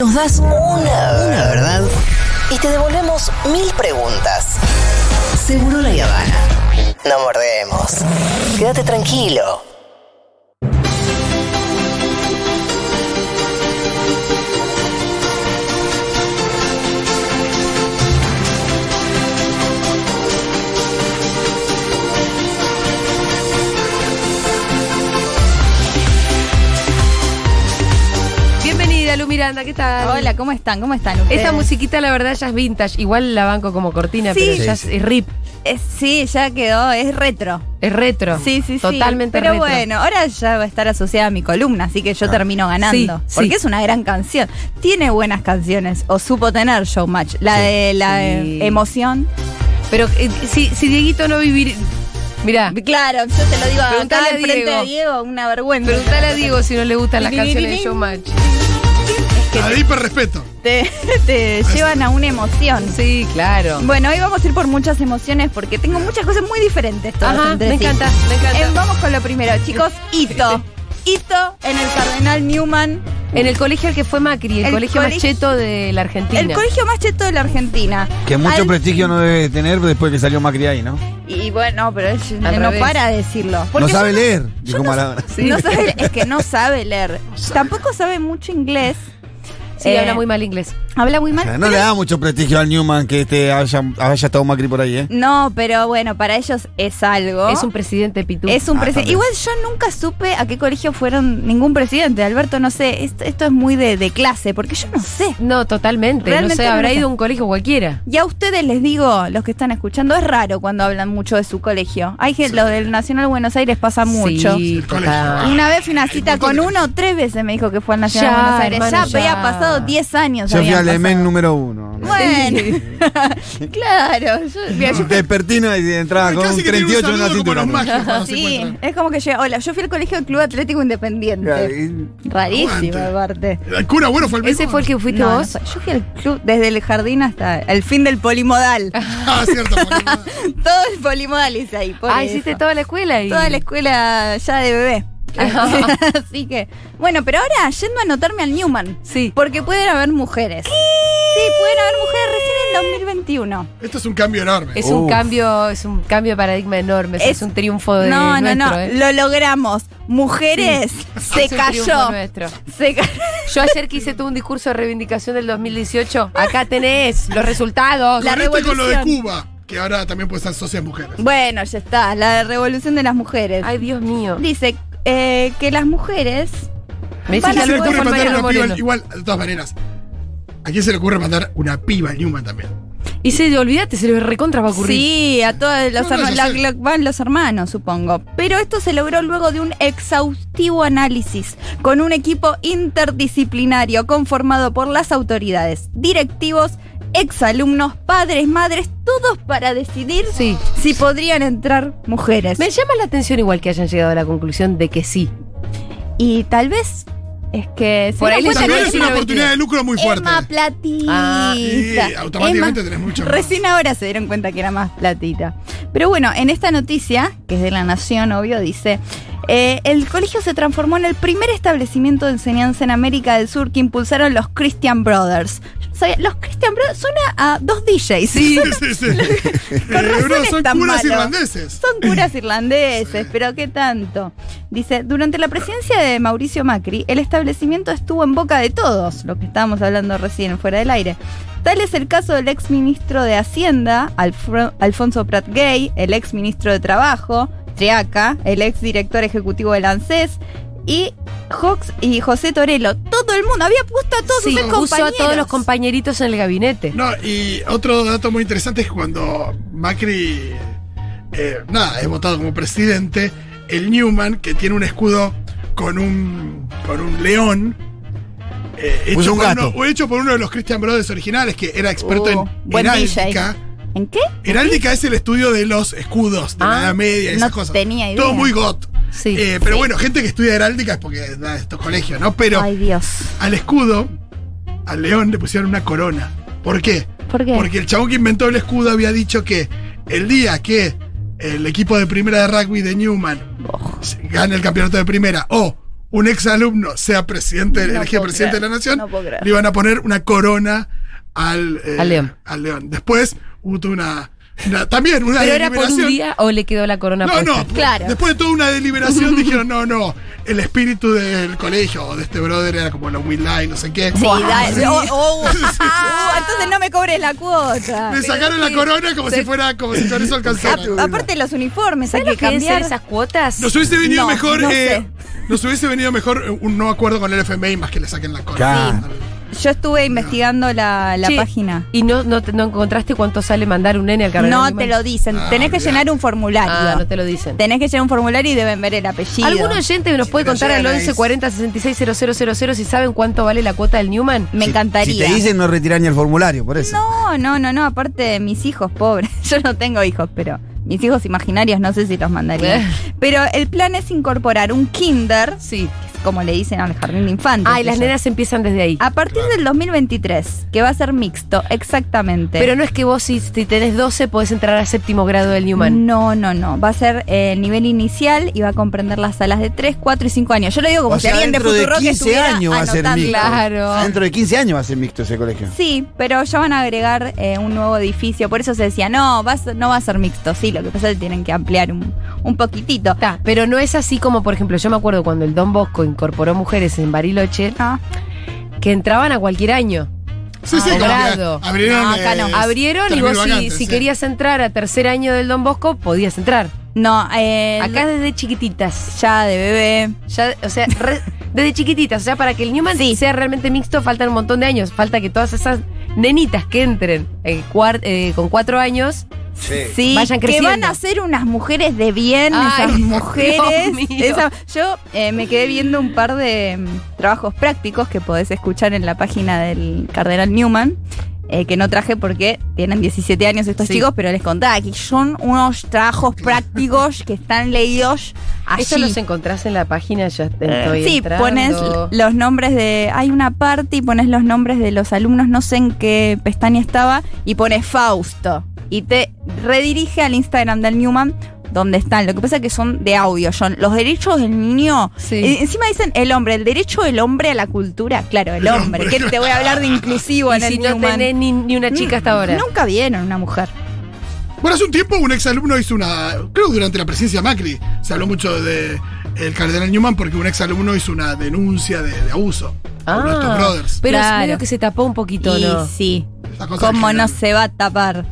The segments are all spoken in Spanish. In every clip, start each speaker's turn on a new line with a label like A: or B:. A: Nos das una, una verdad y te devolvemos mil preguntas. Seguro la Habana. No mordemos. Quédate tranquilo.
B: Bienvenida, Lu Miranda, ¿qué tal?
C: Hola, ¿cómo están? ¿Cómo están ustedes?
B: Esa musiquita, la verdad, ya es vintage. Igual la banco como cortina,
C: Sí.
B: pero ya
D: Sí, sí.
B: es rip.
C: Es- Eh, sí, ya quedó, es retro.
B: Es retro.
C: Sí, sí, sí.
B: Totalmente
C: Pero
B: retro.
C: bueno, ahora ya va a estar asociada a mi columna, así que yo termino ganando.
B: Sí,
C: porque
B: sí.
C: es una gran canción. Tiene buenas canciones, o supo tener Showmatch. La de la
B: Sí.
C: eh, emoción.
B: Pero eh, si, si Dieguito no vivir. Mirá,
C: Claro, yo te lo digo
B: Preguntale
C: acá
B: a
C: enfrente
B: Diego.
C: de Ah. Diego, una vergüenza.
B: preguntale a Diego si no le gustan las canciones de Showmatch.
D: Ahí por respeto.
C: Te, te llevan a una emoción.
B: Sí, claro.
C: Bueno, hoy vamos a ir por muchas emociones porque tengo muchas cosas muy diferentes todas
B: Ajá,
C: entre
B: me
C: sí.
B: encanta, me encanta.
C: Eh, vamos con lo primero, chicos. Hito. Hito en el Cardenal Newman.
B: En el colegio al que fue Macri, el,
C: El
B: colegio
C: colegio-
B: más cheto de la Argentina.
C: El colegio más cheto de la Argentina.
D: Que mucho
C: Al-
D: prestigio no debe tener después que salió Macri ahí, ¿no?
C: Y bueno, pero él
B: Al
C: no
B: revés.
C: para de decirlo.
D: No
C: Porque
D: sabe
C: yo
D: leer, dijo Maradona.
B: Sí.
C: No sabe, es que no sabe leer. Tampoco sabe mucho inglés.
B: sí,
C: Eh,
B: habla muy mal inglés.
C: Habla muy
D: O
C: mal.
D: sea, no le da mucho prestigio al Newman que este haya, haya estado Macri por ahí, ¿eh?
C: No, pero bueno, para ellos es algo.
B: Es un presidente pitú.
C: ¿Oh? Es un
D: Ah,
C: presidente.
D: también.
C: Igual yo nunca supe a qué colegio fueron ningún presidente. Alberto, no sé. Esto, esto es muy de, de clase, porque yo no sé.
B: No, totalmente.
C: Realmente
B: no sé,
C: no
B: habrá
C: sé.
B: ido a un colegio cualquiera.
C: Y a ustedes les digo, los que están escuchando, es raro cuando hablan mucho de su colegio. Hay gente, lo del Nacional Buenos Aires pasa Ah, mucho. Ah,
B: Sí,
D: El colegio.
B: total.
C: Una vez fui a una cita con uno, tres veces me dijo que fue al Nacional
B: Ya,
C: Buenos Aires.
B: hermano,
C: ya,
B: ya.
C: había pasado 10 años.
D: Yo fui
C: habían
D: al
C: pasado.
D: EMEN número uno.
C: Bueno, claro. Yo, mira, yo-
D: Despertino y entraba con un 38 en una cintura. ¿no?
C: Ah, sí, es como que yo, hola, yo fui al colegio del Club Atlético
D: Claro,
C: Independiente.
D: y-
C: Rarísimo,
E: Aguante.
C: aparte.
E: El cura bueno fue el mismo.
B: Ese fue el que fuiste
C: No, no
B: vos.
C: fue. yo fui al club desde el jardín hasta el fin del polimodal.
E: Ah, cierto. porque-
C: todo el polimodal hice ahí. por
B: ah,
C: eso.
B: hiciste toda la escuela y.
C: Toda la escuela ya de bebé.
B: Ah.
C: Así que, bueno, pero ahora yendo a anotarme al Newman.
B: Sí.
C: Porque pueden haber mujeres. Sí, pueden haber mujeres recién en 2021.
E: Esto es un cambio enorme.
B: Es un
D: Uf.
B: cambio, es un cambio de paradigma enorme, es,
C: Es-
B: un triunfo de
C: no, no,
B: nuestro,
C: no,
B: ¿eh?
C: lo logramos. Mujeres, se
B: Es un triunfo
C: cayó.
B: nuestro.
C: Se cayó.
B: Yo ayer que hice todo un discurso de reivindicación del 2018, acá tenés los resultados.
C: La-
E: Con esto y con lo de
C: revolución.
E: Cuba, que ahora también puede ser socias mujeres.
C: Bueno, ya está, la revolución de las mujeres.
B: Ay, Dios mío.
C: Dice eh, que las mujeres
B: Me dice
C: Van
B: que
C: a
E: ¿A quién se le
B: Alberto
E: ocurre
B: fue Mariano
E: mandar una piba? al-
B: Moreno.
E: Igual, de todas maneras. ¿A quién se le ocurre mandar una piba al Newman también?
B: Y se olvídate, se le recontra va a ocurrir.
C: Sí, a todos los
E: No, no,
C: hermanos,
E: ya
C: la-
E: sé.
C: la- van los hermanos, supongo. Pero esto se logró luego de un exhaustivo análisis con un equipo interdisciplinario conformado por las autoridades, directivos, exalumnos, padres, madres, todos para decidir
B: Sí.
C: si podrían entrar mujeres.
B: Me llama la atención igual que hayan llegado a la conclusión de que sí.
C: Y tal vez es que se
B: Por ahí les
C: dieron cuenta
E: También
B: llegó
C: que
E: es una
B: sí,
E: oportunidad de lucro muy fuerte.
C: Emma Platita.
B: Ah,
E: y automáticamente tenés mucho más.
C: Recién ahora se dieron cuenta que era más platita. Pero bueno, en esta noticia, que es de la Nación, obvio, dice. eh, el colegio se transformó en el primer establecimiento de enseñanza en América del Sur que impulsaron los Christian Brothers. Yo no sabía, los Christian Brothers suena a dos DJs.
E: Sí, sí, sí. Eh,
C: razón
E: bro,
C: es
E: son
C: tan
E: curas
C: malo.
E: irlandeses.
C: Son curas irlandeses, pero qué tanto. Dice, durante la presidencia de Mauricio Macri, el establecimiento estuvo en boca de todos, lo que estábamos hablando recién fuera del aire. Tal es el caso del ex ministro de Hacienda, Alfro- Alfonso Prat Gay, el ex ministro de Trabajo, Triaca, el ex director ejecutivo del ANSES y Jox y José Torello. Todo el mundo había puesto a todos
B: Sí,
C: sus ex
B: puso a
C: compañeros.
B: todos los compañeritos en el gabinete.
E: No, y otro dato muy interesante es que cuando Macri, eh, nada, es votado como presidente, el Newman, que tiene un escudo con un, con un león, eh,
D: Puso un
E: por
D: gato.
E: uno- o hecho por uno de los Christian Brothers originales, que era experto
C: Uh,
E: en
C: buen DJ.
E: heráldica.
C: ¿En qué?
E: Heráldica es el estudio de los escudos de
B: Ah,
E: la Edad Media y
C: no
E: esas cosas.
C: tenía idea.
E: Todo muy got.
B: Sí.
E: Eh, pero bueno, gente que estudia heráldica es porque da estos colegios, ¿no? Pero
C: Ay Dios.
E: al escudo, al león le pusieron una corona. ¿Por qué?
C: ¿Por qué?
E: Porque el chabón que inventó el escudo había dicho que el día que
C: Oh.
E: el equipo de primera de rugby de Newman se- gane el campeonato de primera o un ex alumno sea presidente,
C: No
E: elegido
C: puedo
E: presidente
C: creer,
E: de la nación,
C: no puedo creer.
E: le iban a poner una corona al, eh,
B: Al león.
E: al león. Después hubo toda una, una- también una
B: ¿Pero era por un
E: deliberación.
B: día o le quedó la corona
E: No,
B: puesta?
E: no,
C: Claro.
E: después de toda una deliberación dijeron, no, no, el espíritu del colegio o de este brother era como la humildad y no sé qué.
C: Sí, da-
E: Sí.
C: oh, oh. Uh, entonces no me cobres la cuota.
E: Le sacaron la corona como si fuera, como si con eso alcanzara.
C: A- Ah, aparte los uniformes, hay que cambiar.
B: esas cuotas?
E: Nos hubiese venido
C: No,
E: mejor,
C: no
E: eh,
C: sé.
E: nos hubiese venido mejor eh, un no acuerdo con el FMI más que le saquen la corona.
D: Claro.
C: Yo estuve investigando la, la
B: Che,
C: página.
B: ¿Y no, no, te- no encontraste cuánto sale mandar un nene al cargador?
C: No
B: animal?
C: te lo dicen,
E: Ah,
C: tenés que
E: olvidate.
C: llenar un formulario.
B: Ah, no te lo dicen.
C: Tenés que llenar un formulario y deben ver el apellido.
B: ¿Algún oyente nos
E: Si
B: puede
E: te lo
B: contar al
E: llegan ahí.
B: 11 40 66 000 si saben cuánto vale la cuota del Newman?
C: Me
D: Si-
C: encantaría.
D: Si te dicen, no retiran ni el formulario, por eso.
C: No, no, no, no, aparte de mis hijos pobres. Yo no tengo hijos, pero mis hijos imaginarios no sé si los
B: Eh.
C: mandaría. pero el plan es incorporar un kinder,
B: Sí.
C: como le dicen al jardín de infantes.
B: Ah, y las
C: ellos.
B: nenas empiezan desde ahí.
C: A partir del 2023, que va a ser mixto, exactamente.
B: Pero no es que vos, si, si tenés 12, podés entrar al séptimo grado del Newman.
C: No, no, no. Va a ser eh, el nivel inicial y va a comprender las salas de 3, 4 y 5 años. Yo lo digo como
D: o
C: si
D: sea,
C: alguien de
D: dentro de
C: Futuro
D: 15 años va a ser mixto.
B: Claro.
D: Dentro de 15 años va a ser mixto ese colegio.
C: Sí, pero ya van a agregar eh, un nuevo edificio. Por eso se decía, no, va a ser- no va a ser mixto. Sí, lo que pasa es que tienen que ampliar un, un poquitito.
B: Ta, pero no es así como, por ejemplo, yo me acuerdo cuando el Don Bosco incorporó mujeres en Bariloche,
C: Ah,
B: que entraban a cualquier año.
E: Sí, sí,
B: Ah,
E: como que
B: grado.
E: abrieron.
C: No, acá no.
E: eh,
B: Abrieron y
E: 3.000
B: vos si,
E: vacantes,
B: si
E: sí.
B: querías entrar a tercer año del Don Bosco, podías entrar.
C: no, eh,
B: Acá desde chiquititas.
C: ya de bebé.
B: Ya, o sea, re- desde chiquititas. O sea, para que el Newman
C: Sí.
B: sea realmente mixto, faltan un montón de años. Falta que todas esas nenitas que entren eh, cuar- eh, con cuatro años.
C: Sí,
B: Vayan
C: que
B: creciendo.
C: van a ser unas mujeres de bien,
B: Ay,
C: esas
B: Dios
C: mujeres.
B: mío.
C: Esa- yo eh, me quedé viendo un par de mm, trabajos prácticos que podés escuchar en la página del Cardenal Newman. eh, que no traje porque tienen 17 años estos
B: Sí.
C: chicos, pero les contaba que son unos trabajos prácticos que están leídos allí.
B: Eso los encontrás en la página, ya estoy
C: Eh. sí,
B: entrando.
C: pones los nombres de. Hay una parte y pones los nombres de los alumnos, no sé en qué pestaña estaba, y pones Fausto. Y te redirige al Instagram del Newman, donde están. Lo que pasa es que son de audio, son los derechos del niño.
B: Sí.
C: Eh, encima dicen el hombre, el derecho del hombre a la cultura. Claro, el
E: El
C: hombre.
E: hombre.
C: ¿Qué te voy a hablar de inclusivo
B: Y
C: en
B: si
C: el
B: no
C: Newman? Mm,
B: tenés ni, ni una chica hasta ahora.
C: Nunca vieron una mujer.
E: Bueno, hace un tiempo un exalumno hizo una. Creo que durante la presidencia de Macri se habló mucho de el cardenal Newman porque un exalumno hizo una denuncia de, de abuso. a uno de estos brothers.
B: Ah. Pero
C: Claro.
B: es medio que se tapó un poquito,
C: Y
B: ¿no?
C: sí.
E: Esta cosa
C: ¿Cómo
E: del
C: no
E: general.
C: se va a tapar?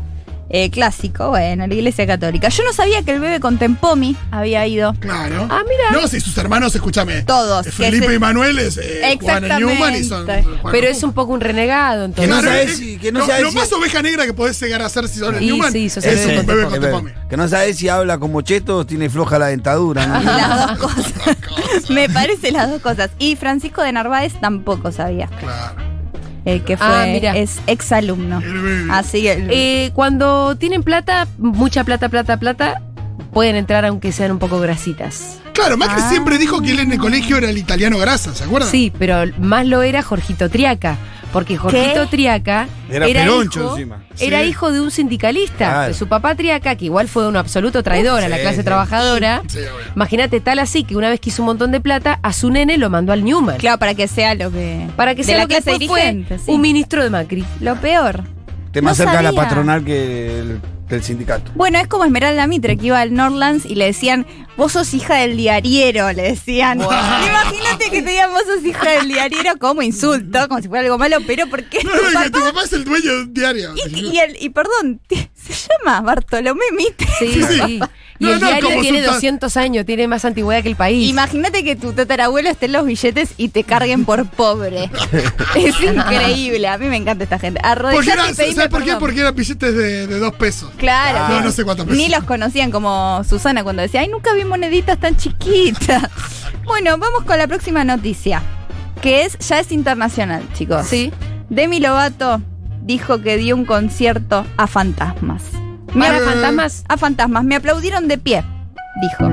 C: Eh, clásico, bueno, la iglesia católica. Yo no sabía que el bebé con Tempomi había ido.
E: Claro.
B: Ah, mira.
E: No, si sus hermanos, escúchame.
C: Todos,
E: eh,
C: que
E: Felipe
C: se-
E: y Manuel es eh, Juan el Newman y son.
C: Exactamente.
E: Juan-
B: Pero es un poco un renegado,
D: Que
B: entonces.
D: no
E: Claro,
D: sabes
E: eh,
D: si- que no
E: lo-
D: sabes
E: Lo
D: si-
E: más oveja negra que podés llegar a ser si sos el
B: Y
E: Newman
B: sí, sos
E: es
B: el bebé
E: un bebé
B: con
E: con
D: Que,
E: tepome.
D: Eh, que no sabes si habla como cheto o tiene floja la dentadura. ¿no?
C: Las dos cosas. Me parece las dos cosas. Y Francisco de Narváez tampoco sabía
E: Claro.
C: eh, que fue
B: Ah, mira.
C: es exalumno.
E: El bebé.
C: Así que el-
B: Eh, cuando tienen plata, mucha plata, plata, plata, pueden entrar aunque sean un poco grasitas.
E: Claro, Macri
C: Ah.
E: siempre dijo que él en el colegio era el italiano grasa, ¿se acuerdan?
B: Sí, pero más lo era Jorgito Triaca. Porque Jorgito Triaca
D: Era peroncho encima.
B: era
E: Sí.
B: hijo de un sindicalista.
D: Claro.
B: Su papá Triaca, que igual fue un absoluto traidor a la
D: Sí,
B: clase
D: sí.
B: trabajadora.
E: Sí, bueno.
B: Imagínate, tal así que una vez quiso un montón de plata, a su nene lo mandó al Newman.
C: claro, para que sea lo que.
B: Para que
C: de
B: sea
C: la
B: lo que
C: clase
B: después fue
C: dirigente, sí.
B: un ministro de Macri.
C: Lo peor.
D: Te más
C: No
D: cerca la
C: sabía.
D: patronal que el, del sindicato.
C: Bueno, es como Esmeralda Mitre que iba al Norlands y le decían, vos sos hija del diariero, le decían. Imagínate que te digan, vos sos hija del diariero como insulto, como si fuera algo malo, pero ¿por qué?
E: No,
C: tu
E: no, que tu
C: papá-
E: papá es el dueño de un diario.
C: y, y el- y perdón, se llama Bartolomé Mitre.
B: Sí, sí. Y
E: No,
B: el
E: no,
B: diario
E: como
B: tiene
E: sultán.
B: 200 años, tiene más antigüedad que el país.
C: Imagínate que tu tatarabuelo esté en los billetes y te carguen por pobre. es increíble. A mí me encanta esta gente.
E: Porque
C: Arrodillate
E: era,
C: y pedime
E: ¿Sabes por qué?
C: perdón.
E: Porque eran billetes de, de dos pesos.
C: Claro.
E: Ah. No, no sé cuántas veces.
C: Ni los conocían como Susana cuando decía, ay, nunca vi moneditas tan chiquitas. bueno, vamos con la próxima noticia, que es ya es internacional, chicos.
B: Sí.
C: Demi Lovato dijo que dio un concierto a fantasmas. Me
B: ¿Para
E: Eh.
B: fantasmas?
C: a fantasmas, me aplaudieron de pie, dijo.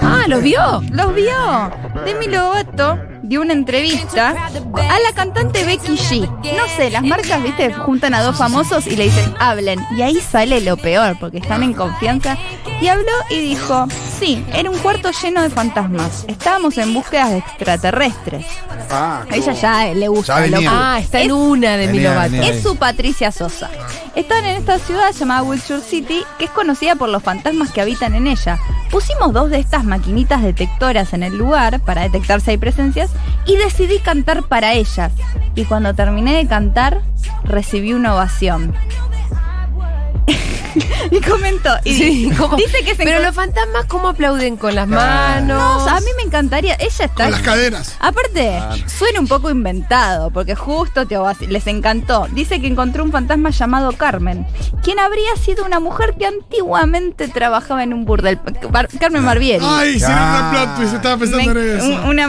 B: Ah, los vio.
C: Los vio. Demi Lovato dio una entrevista a la cantante Becky G. No sé, las marcas, viste, juntan a dos famosos y le dicen, hablen. Y ahí sale lo peor, porque están en confianza. Y habló y dijo, sí, era un cuarto lleno de fantasmas. Estábamos en búsquedas de extraterrestres.
D: Ah,
C: A ella ya eh, le
D: Ya
C: gusta,
D: venía.
C: loco.
B: Ah, está en
C: Es-
B: una de mi
D: Venía, venía.
B: novato.
C: es su Patricia Sosa. Están en esta ciudad llamada Wiltshire City, que es conocida por los fantasmas que habitan en ella. Pusimos dos de estas maquinitas detectoras en el lugar para detectar si hay presencias y decidí cantar para ellas. Y cuando terminé de cantar, recibí una ovación. y comentó. Y
B: Sí, ¿cómo?
C: dice que se
B: Pero
C: encon-
B: los fantasmas, ¿cómo aplauden con las
C: No, o
B: manos?
C: sea, a mí me encantaría. Ella está.
E: Con las cadenas.
C: Aparte, suena un poco inventado, porque justo te vas- les encantó. Dice que encontró un fantasma llamado Carmen, quien habría sido una mujer que antiguamente trabajaba en un burdel. Bar- Carmen Barbieri.
E: Ay, hicieron
D: Ah.
E: una plot twist, estaba pensando
C: Me-
E: en eso.
C: un- una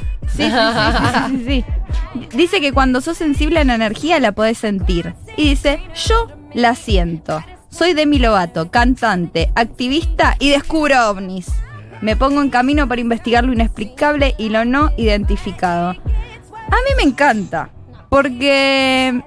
C: mañanísima. Sí, sí, sí, sí, sí, sí. Dice que cuando sos sensible a la energía la podés sentir. Y dice, yo la siento. Soy Demi Lovato, cantante, activista y descubro ovnis. Me pongo en camino para investigar lo inexplicable y lo no identificado. A mí me encanta, porque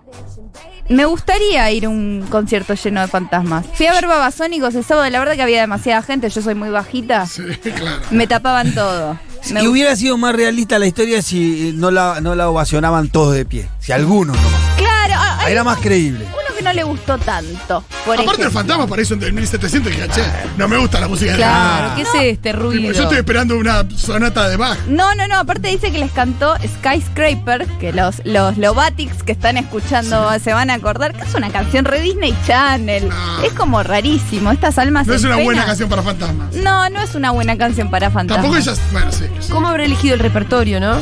C: me gustaría ir a un concierto lleno de fantasmas. Fui a ver Babasónicos el sábado, la verdad que había demasiada gente, yo soy muy bajita.
E: Sí, claro.
C: Me tapaban todo. Me
F: Y hubiera sido más realista la historia si eh, no la, no la ovacionaban todos de pie. Si algunos nomás.
C: Claro, ah,
F: Ahí
C: hay
F: era más creíble.
C: uno que no le gustó tanto. Por
E: Aparte, el
C: ejemplo.
E: fantasma aparece en 1700 y dije, che, no me gusta la música de
B: Claro,
D: Ah.
B: ¿qué es este
E: Tipo,
B: ruido?
E: Yo estoy esperando una sonata de Bach.
C: No, no, no, aparte dice que les cantó Skyscraper, que los, los Lobatics que están escuchando se van a acordar, que es una canción re Disney Channel.
E: No.
C: Es como rarísimo, estas almas
E: No es
C: en
E: una
C: pena.
E: buena canción para fantasmas.
C: No, no es una buena canción para fantasmas.
E: Tampoco ellas. Bueno, sí. sí.
B: ¿Cómo habrá elegido el repertorio, no?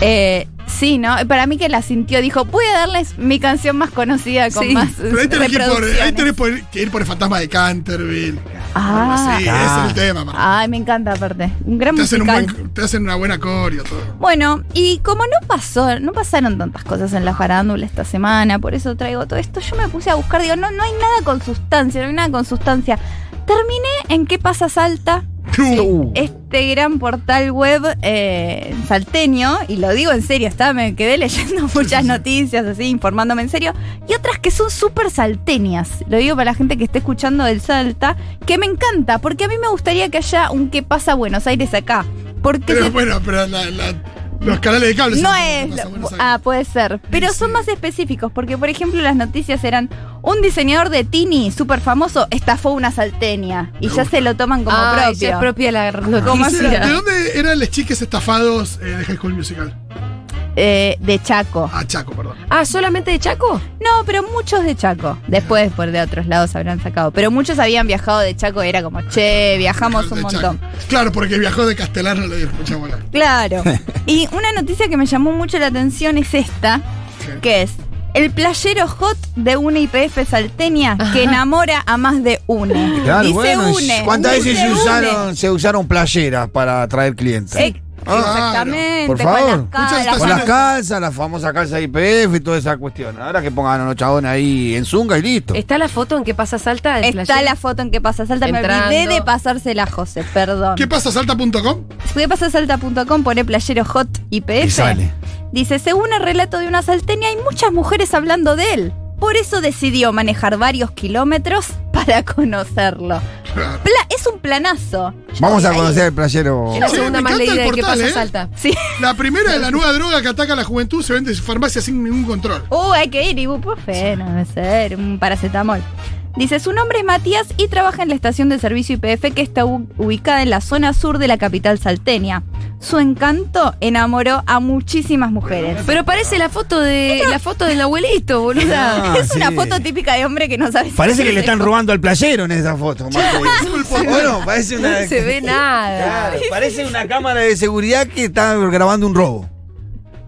C: Eh, sí, ¿no? Para mí que la sintió, dijo, voy a darles mi canción más conocida con
B: Sí.
C: más
E: Pero ahí tenés, que ir, por,
C: reproducciones".
E: ahí tenés por- que ir por el fantasma de Canterville.
C: Ah,
E: sí,
F: Ah.
E: ese es el tema. Mar-
C: Ay, me encanta aparte. Un gran
E: Te hacen, un
C: musical.
E: buen- te hacen una buena coreo, todo.
C: Bueno, y como no pasó, no pasaron tantas cosas en la farándula esta semana, por eso traigo todo esto, yo me puse a buscar, digo, no, no hay nada con sustancia, no hay nada con sustancia. Terminé en qué pasa Salta,
F: Uh.
C: este gran portal web eh, salteño, y lo digo en serio, estaba, me quedé leyendo muchas noticias así, informándome en serio, y otras que son súper salteñas. Lo digo para la gente que esté escuchando del Salta, que me encanta, porque a mí me gustaría que haya un qué pasa Buenos Aires acá. Porque se-
E: Pero bueno, pero la- la- los canales de cable
C: no
E: son-
C: es.
E: más o menos ahí.
C: Ah, puede ser. Pero son más específicos, porque por ejemplo las noticias eran un diseñador de Tini, súper famoso, estafó una salteña. Y ya se lo toman como
B: Ay,
C: propio.
B: ya es propia la
C: Como así.
B: noticia.
E: ¿De dónde eran los chiques estafados eh, de High School Musical?
C: Eh, de Chaco.
E: Ah, Chaco, perdón.
B: Ah, ¿solamente de Chaco?
C: No, pero muchos de Chaco. Después por de otros lados habrán sacado. Pero muchos habían viajado de Chaco y era como, che, viajamos un
E: De Chaco.
C: montón.
E: Claro, porque viajó de Castelar, no le dieron mucha bola.
C: Claro. y una noticia que me llamó mucho la atención es esta, que es el playero hot de una IPF salteña que enamora a más de uno.
F: Claro,
C: y
F: bueno,
C: se une. y
D: ¿Cuántas veces se
C: une.
D: usaron, se usaron playeras para atraer clientes?
C: Ex-
E: Ah,
C: Exactamente,
D: por
C: con
D: favor.
C: las
E: Muchas
C: caras.
D: Con las calzas, la famosa calza IPF y toda esa cuestión. Ahora que pongan a los chabones ahí en zunga y listo.
B: ¿Está la foto en que pasa Salta? del
C: Está
B: flyer?
C: la foto en que pasa Salta. Me
B: Entrando.
C: olvidé de pasársela, José, perdón.
E: ¿Qué pasa? Salta.com.
C: Fui a pasasalta.com, pone playero hot IPF.
D: Y sale.
C: Dice, según el relato de una salteña, hay muchas mujeres hablando de él. Por eso decidió manejar varios kilómetros para conocerlo.
E: Claro.
C: Pla- es un planazo. Yo
D: Vamos a
C: ahí-
D: conocer el playero.
B: Es la
E: Sí,
B: segunda
E: me
B: más leída
E: encanta el
B: de que
E: portal,
B: pasa
E: ¿eh?
B: Salta.
C: Sí.
E: La primera de la nueva droga que ataca a la juventud se vende en su farmacia sin ningún control.
C: Uh, hay que ir, ibuprofeno, debe ser, un paracetamol. Dice, su nombre es Matías y trabaja en la estación de servicio IPF que está u- ubicada en la zona sur de la capital salteña. Su encanto enamoró a muchísimas mujeres.
B: Pero parece la foto de la foto del abuelito, boluda.
D: Ah,
C: es una
D: sí.
C: foto típica de hombre que no sabe si
D: Parece que le
C: es
D: están robando al playero en esa foto. más que- bueno, parece
B: No
D: una.
B: se ve nada.
D: Claro,
F: Parece una
D: cámara de seguridad
F: que está grabando un robo.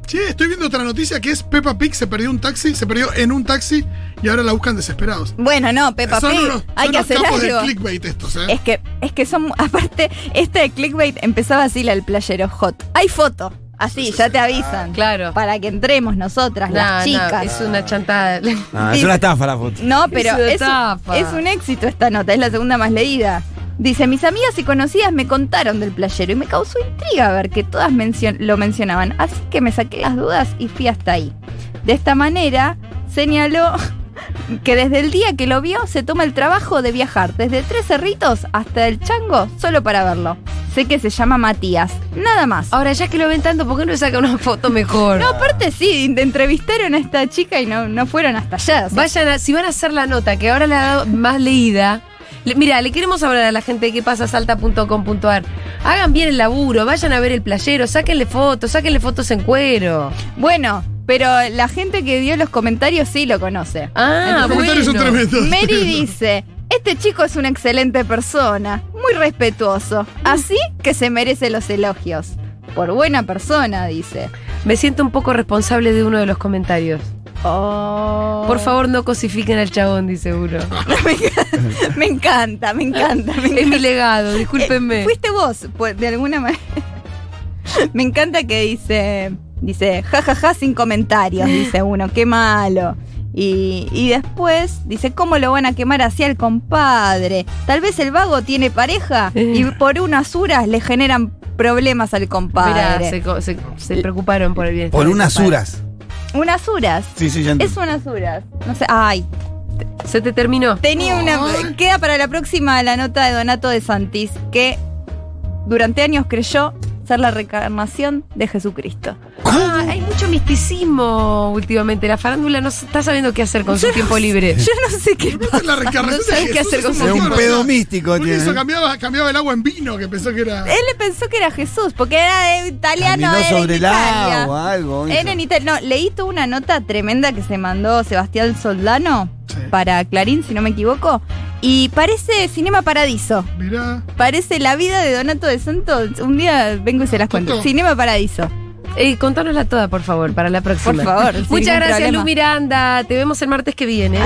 E: Che, estoy viendo otra noticia que es Peppa Pig se perdió un taxi, se perdió en un taxi y ahora la buscan desesperados.
C: Bueno, no, Pepa
E: son
C: Pig,
E: unos,
C: hay
E: son
C: que
E: unos
C: hacer
E: capos de
C: algo.
E: clickbait estos, ¿eh?
C: Es que, es que son, aparte, este de clickbait empezaba así la del playero hot. Hay foto, así, ya te avisan.
B: Claro.
C: Para que entremos nosotras, las
B: No, no,
C: chicas.
B: es una chantada.
F: Ah, es una estafa la foto.
C: No, pero
B: una
C: es, un-
B: estafa.
C: es un éxito esta nota, es la segunda más leída. Dice, mis amigas y conocidas me contaron del playero y me causó intriga ver que todas mencio- lo mencionaban, así que me saqué las dudas y fui hasta ahí. De esta manera, señaló que desde el día que lo vio se toma el trabajo de viajar desde Tres Cerritos hasta el Chango solo para verlo. Sé que se llama Matías, nada más.
B: Ahora, ya que lo ven tanto, ¿por qué no le saca una foto mejor?
C: No, aparte sí, in- entrevistaron a esta chica y no, no fueron hasta allá. o sea,
B: Vayan a, si van a hacer la nota, que ahora la ha dado más leída. le- mira, le queremos hablar a la gente de qué pasa salta.com.ar. Hagan bien el laburo, vayan a ver el playero, sáquenle fotos, sáquenle fotos en cuero.
C: Bueno, pero la gente que dio los comentarios sí lo conoce.
B: Ah,
E: Los comentarios son
B: bueno.
E: tremendos.
C: Mary dice, este chico es una excelente persona, muy respetuoso, así que se merece los elogios. Por buena persona, dice.
B: Me siento un poco responsable de uno de los comentarios. Por favor, no cosifiquen al chabón, dice uno.
C: Me encanta, me encanta, me
B: Es mi
C: encanta.
B: legado, discúlpenme.
C: Fuiste vos, pues, de alguna manera. me encanta que dice, dice, jajaja sin comentarios, dice uno, qué malo. Y, y después dice, ¿cómo lo van a quemar hacia el compadre? Tal vez el vago tiene pareja
B: Eh.
C: y por unas uras le generan problemas al compadre.
B: Mirá, se, co- se- se preocuparon por el bien.
F: Por unas uras.
C: Unas uras.
F: Sí, sí, ya
C: Es unas uras. No sé. Ay,
B: Se te terminó.
C: tenía una. Queda para la próxima la nota de Donato de Santis, que durante años creyó ser la reencarnación de Jesucristo.
B: Ah, hay mucho misticismo últimamente. La farándula no s- está sabiendo qué hacer con su tiempo libre.
C: Yo no sé qué
E: Esta es la
B: No
E: reencarnación de
B: saben qué
E: Jesús,
B: hacer con
E: es
B: su
E: un
F: un
B: tiempo.
E: montón.
F: pedo místico
E: Porque
F: tiene.
D: ¿eh?
E: eso cambiaba, cambiaba el agua en vino, que pensó que era.
C: Él le pensó que era Jesús, porque era de italiano.
F: Caminó
C: era
F: sobre
C: en
F: el
C: Italia.
F: agua, algo.
C: Era en Italia. No, leí toda una nota tremenda que se mandó Sebastián Soldano
E: Sí.
C: para Clarín, si no me equivoco. Y parece Cinema Paradiso.
E: Mirá.
C: Parece la vida de Donato de Santos. Un día vengo y se las cuento.
E: Toto.
C: Cinema Paradiso.
B: Eh, contánosla toda, por favor, para la próxima.
C: Por favor, sin
B: Muchas
C: ningún
B: gracias,
C: problema.
B: Lu Miranda. Te vemos el martes que viene.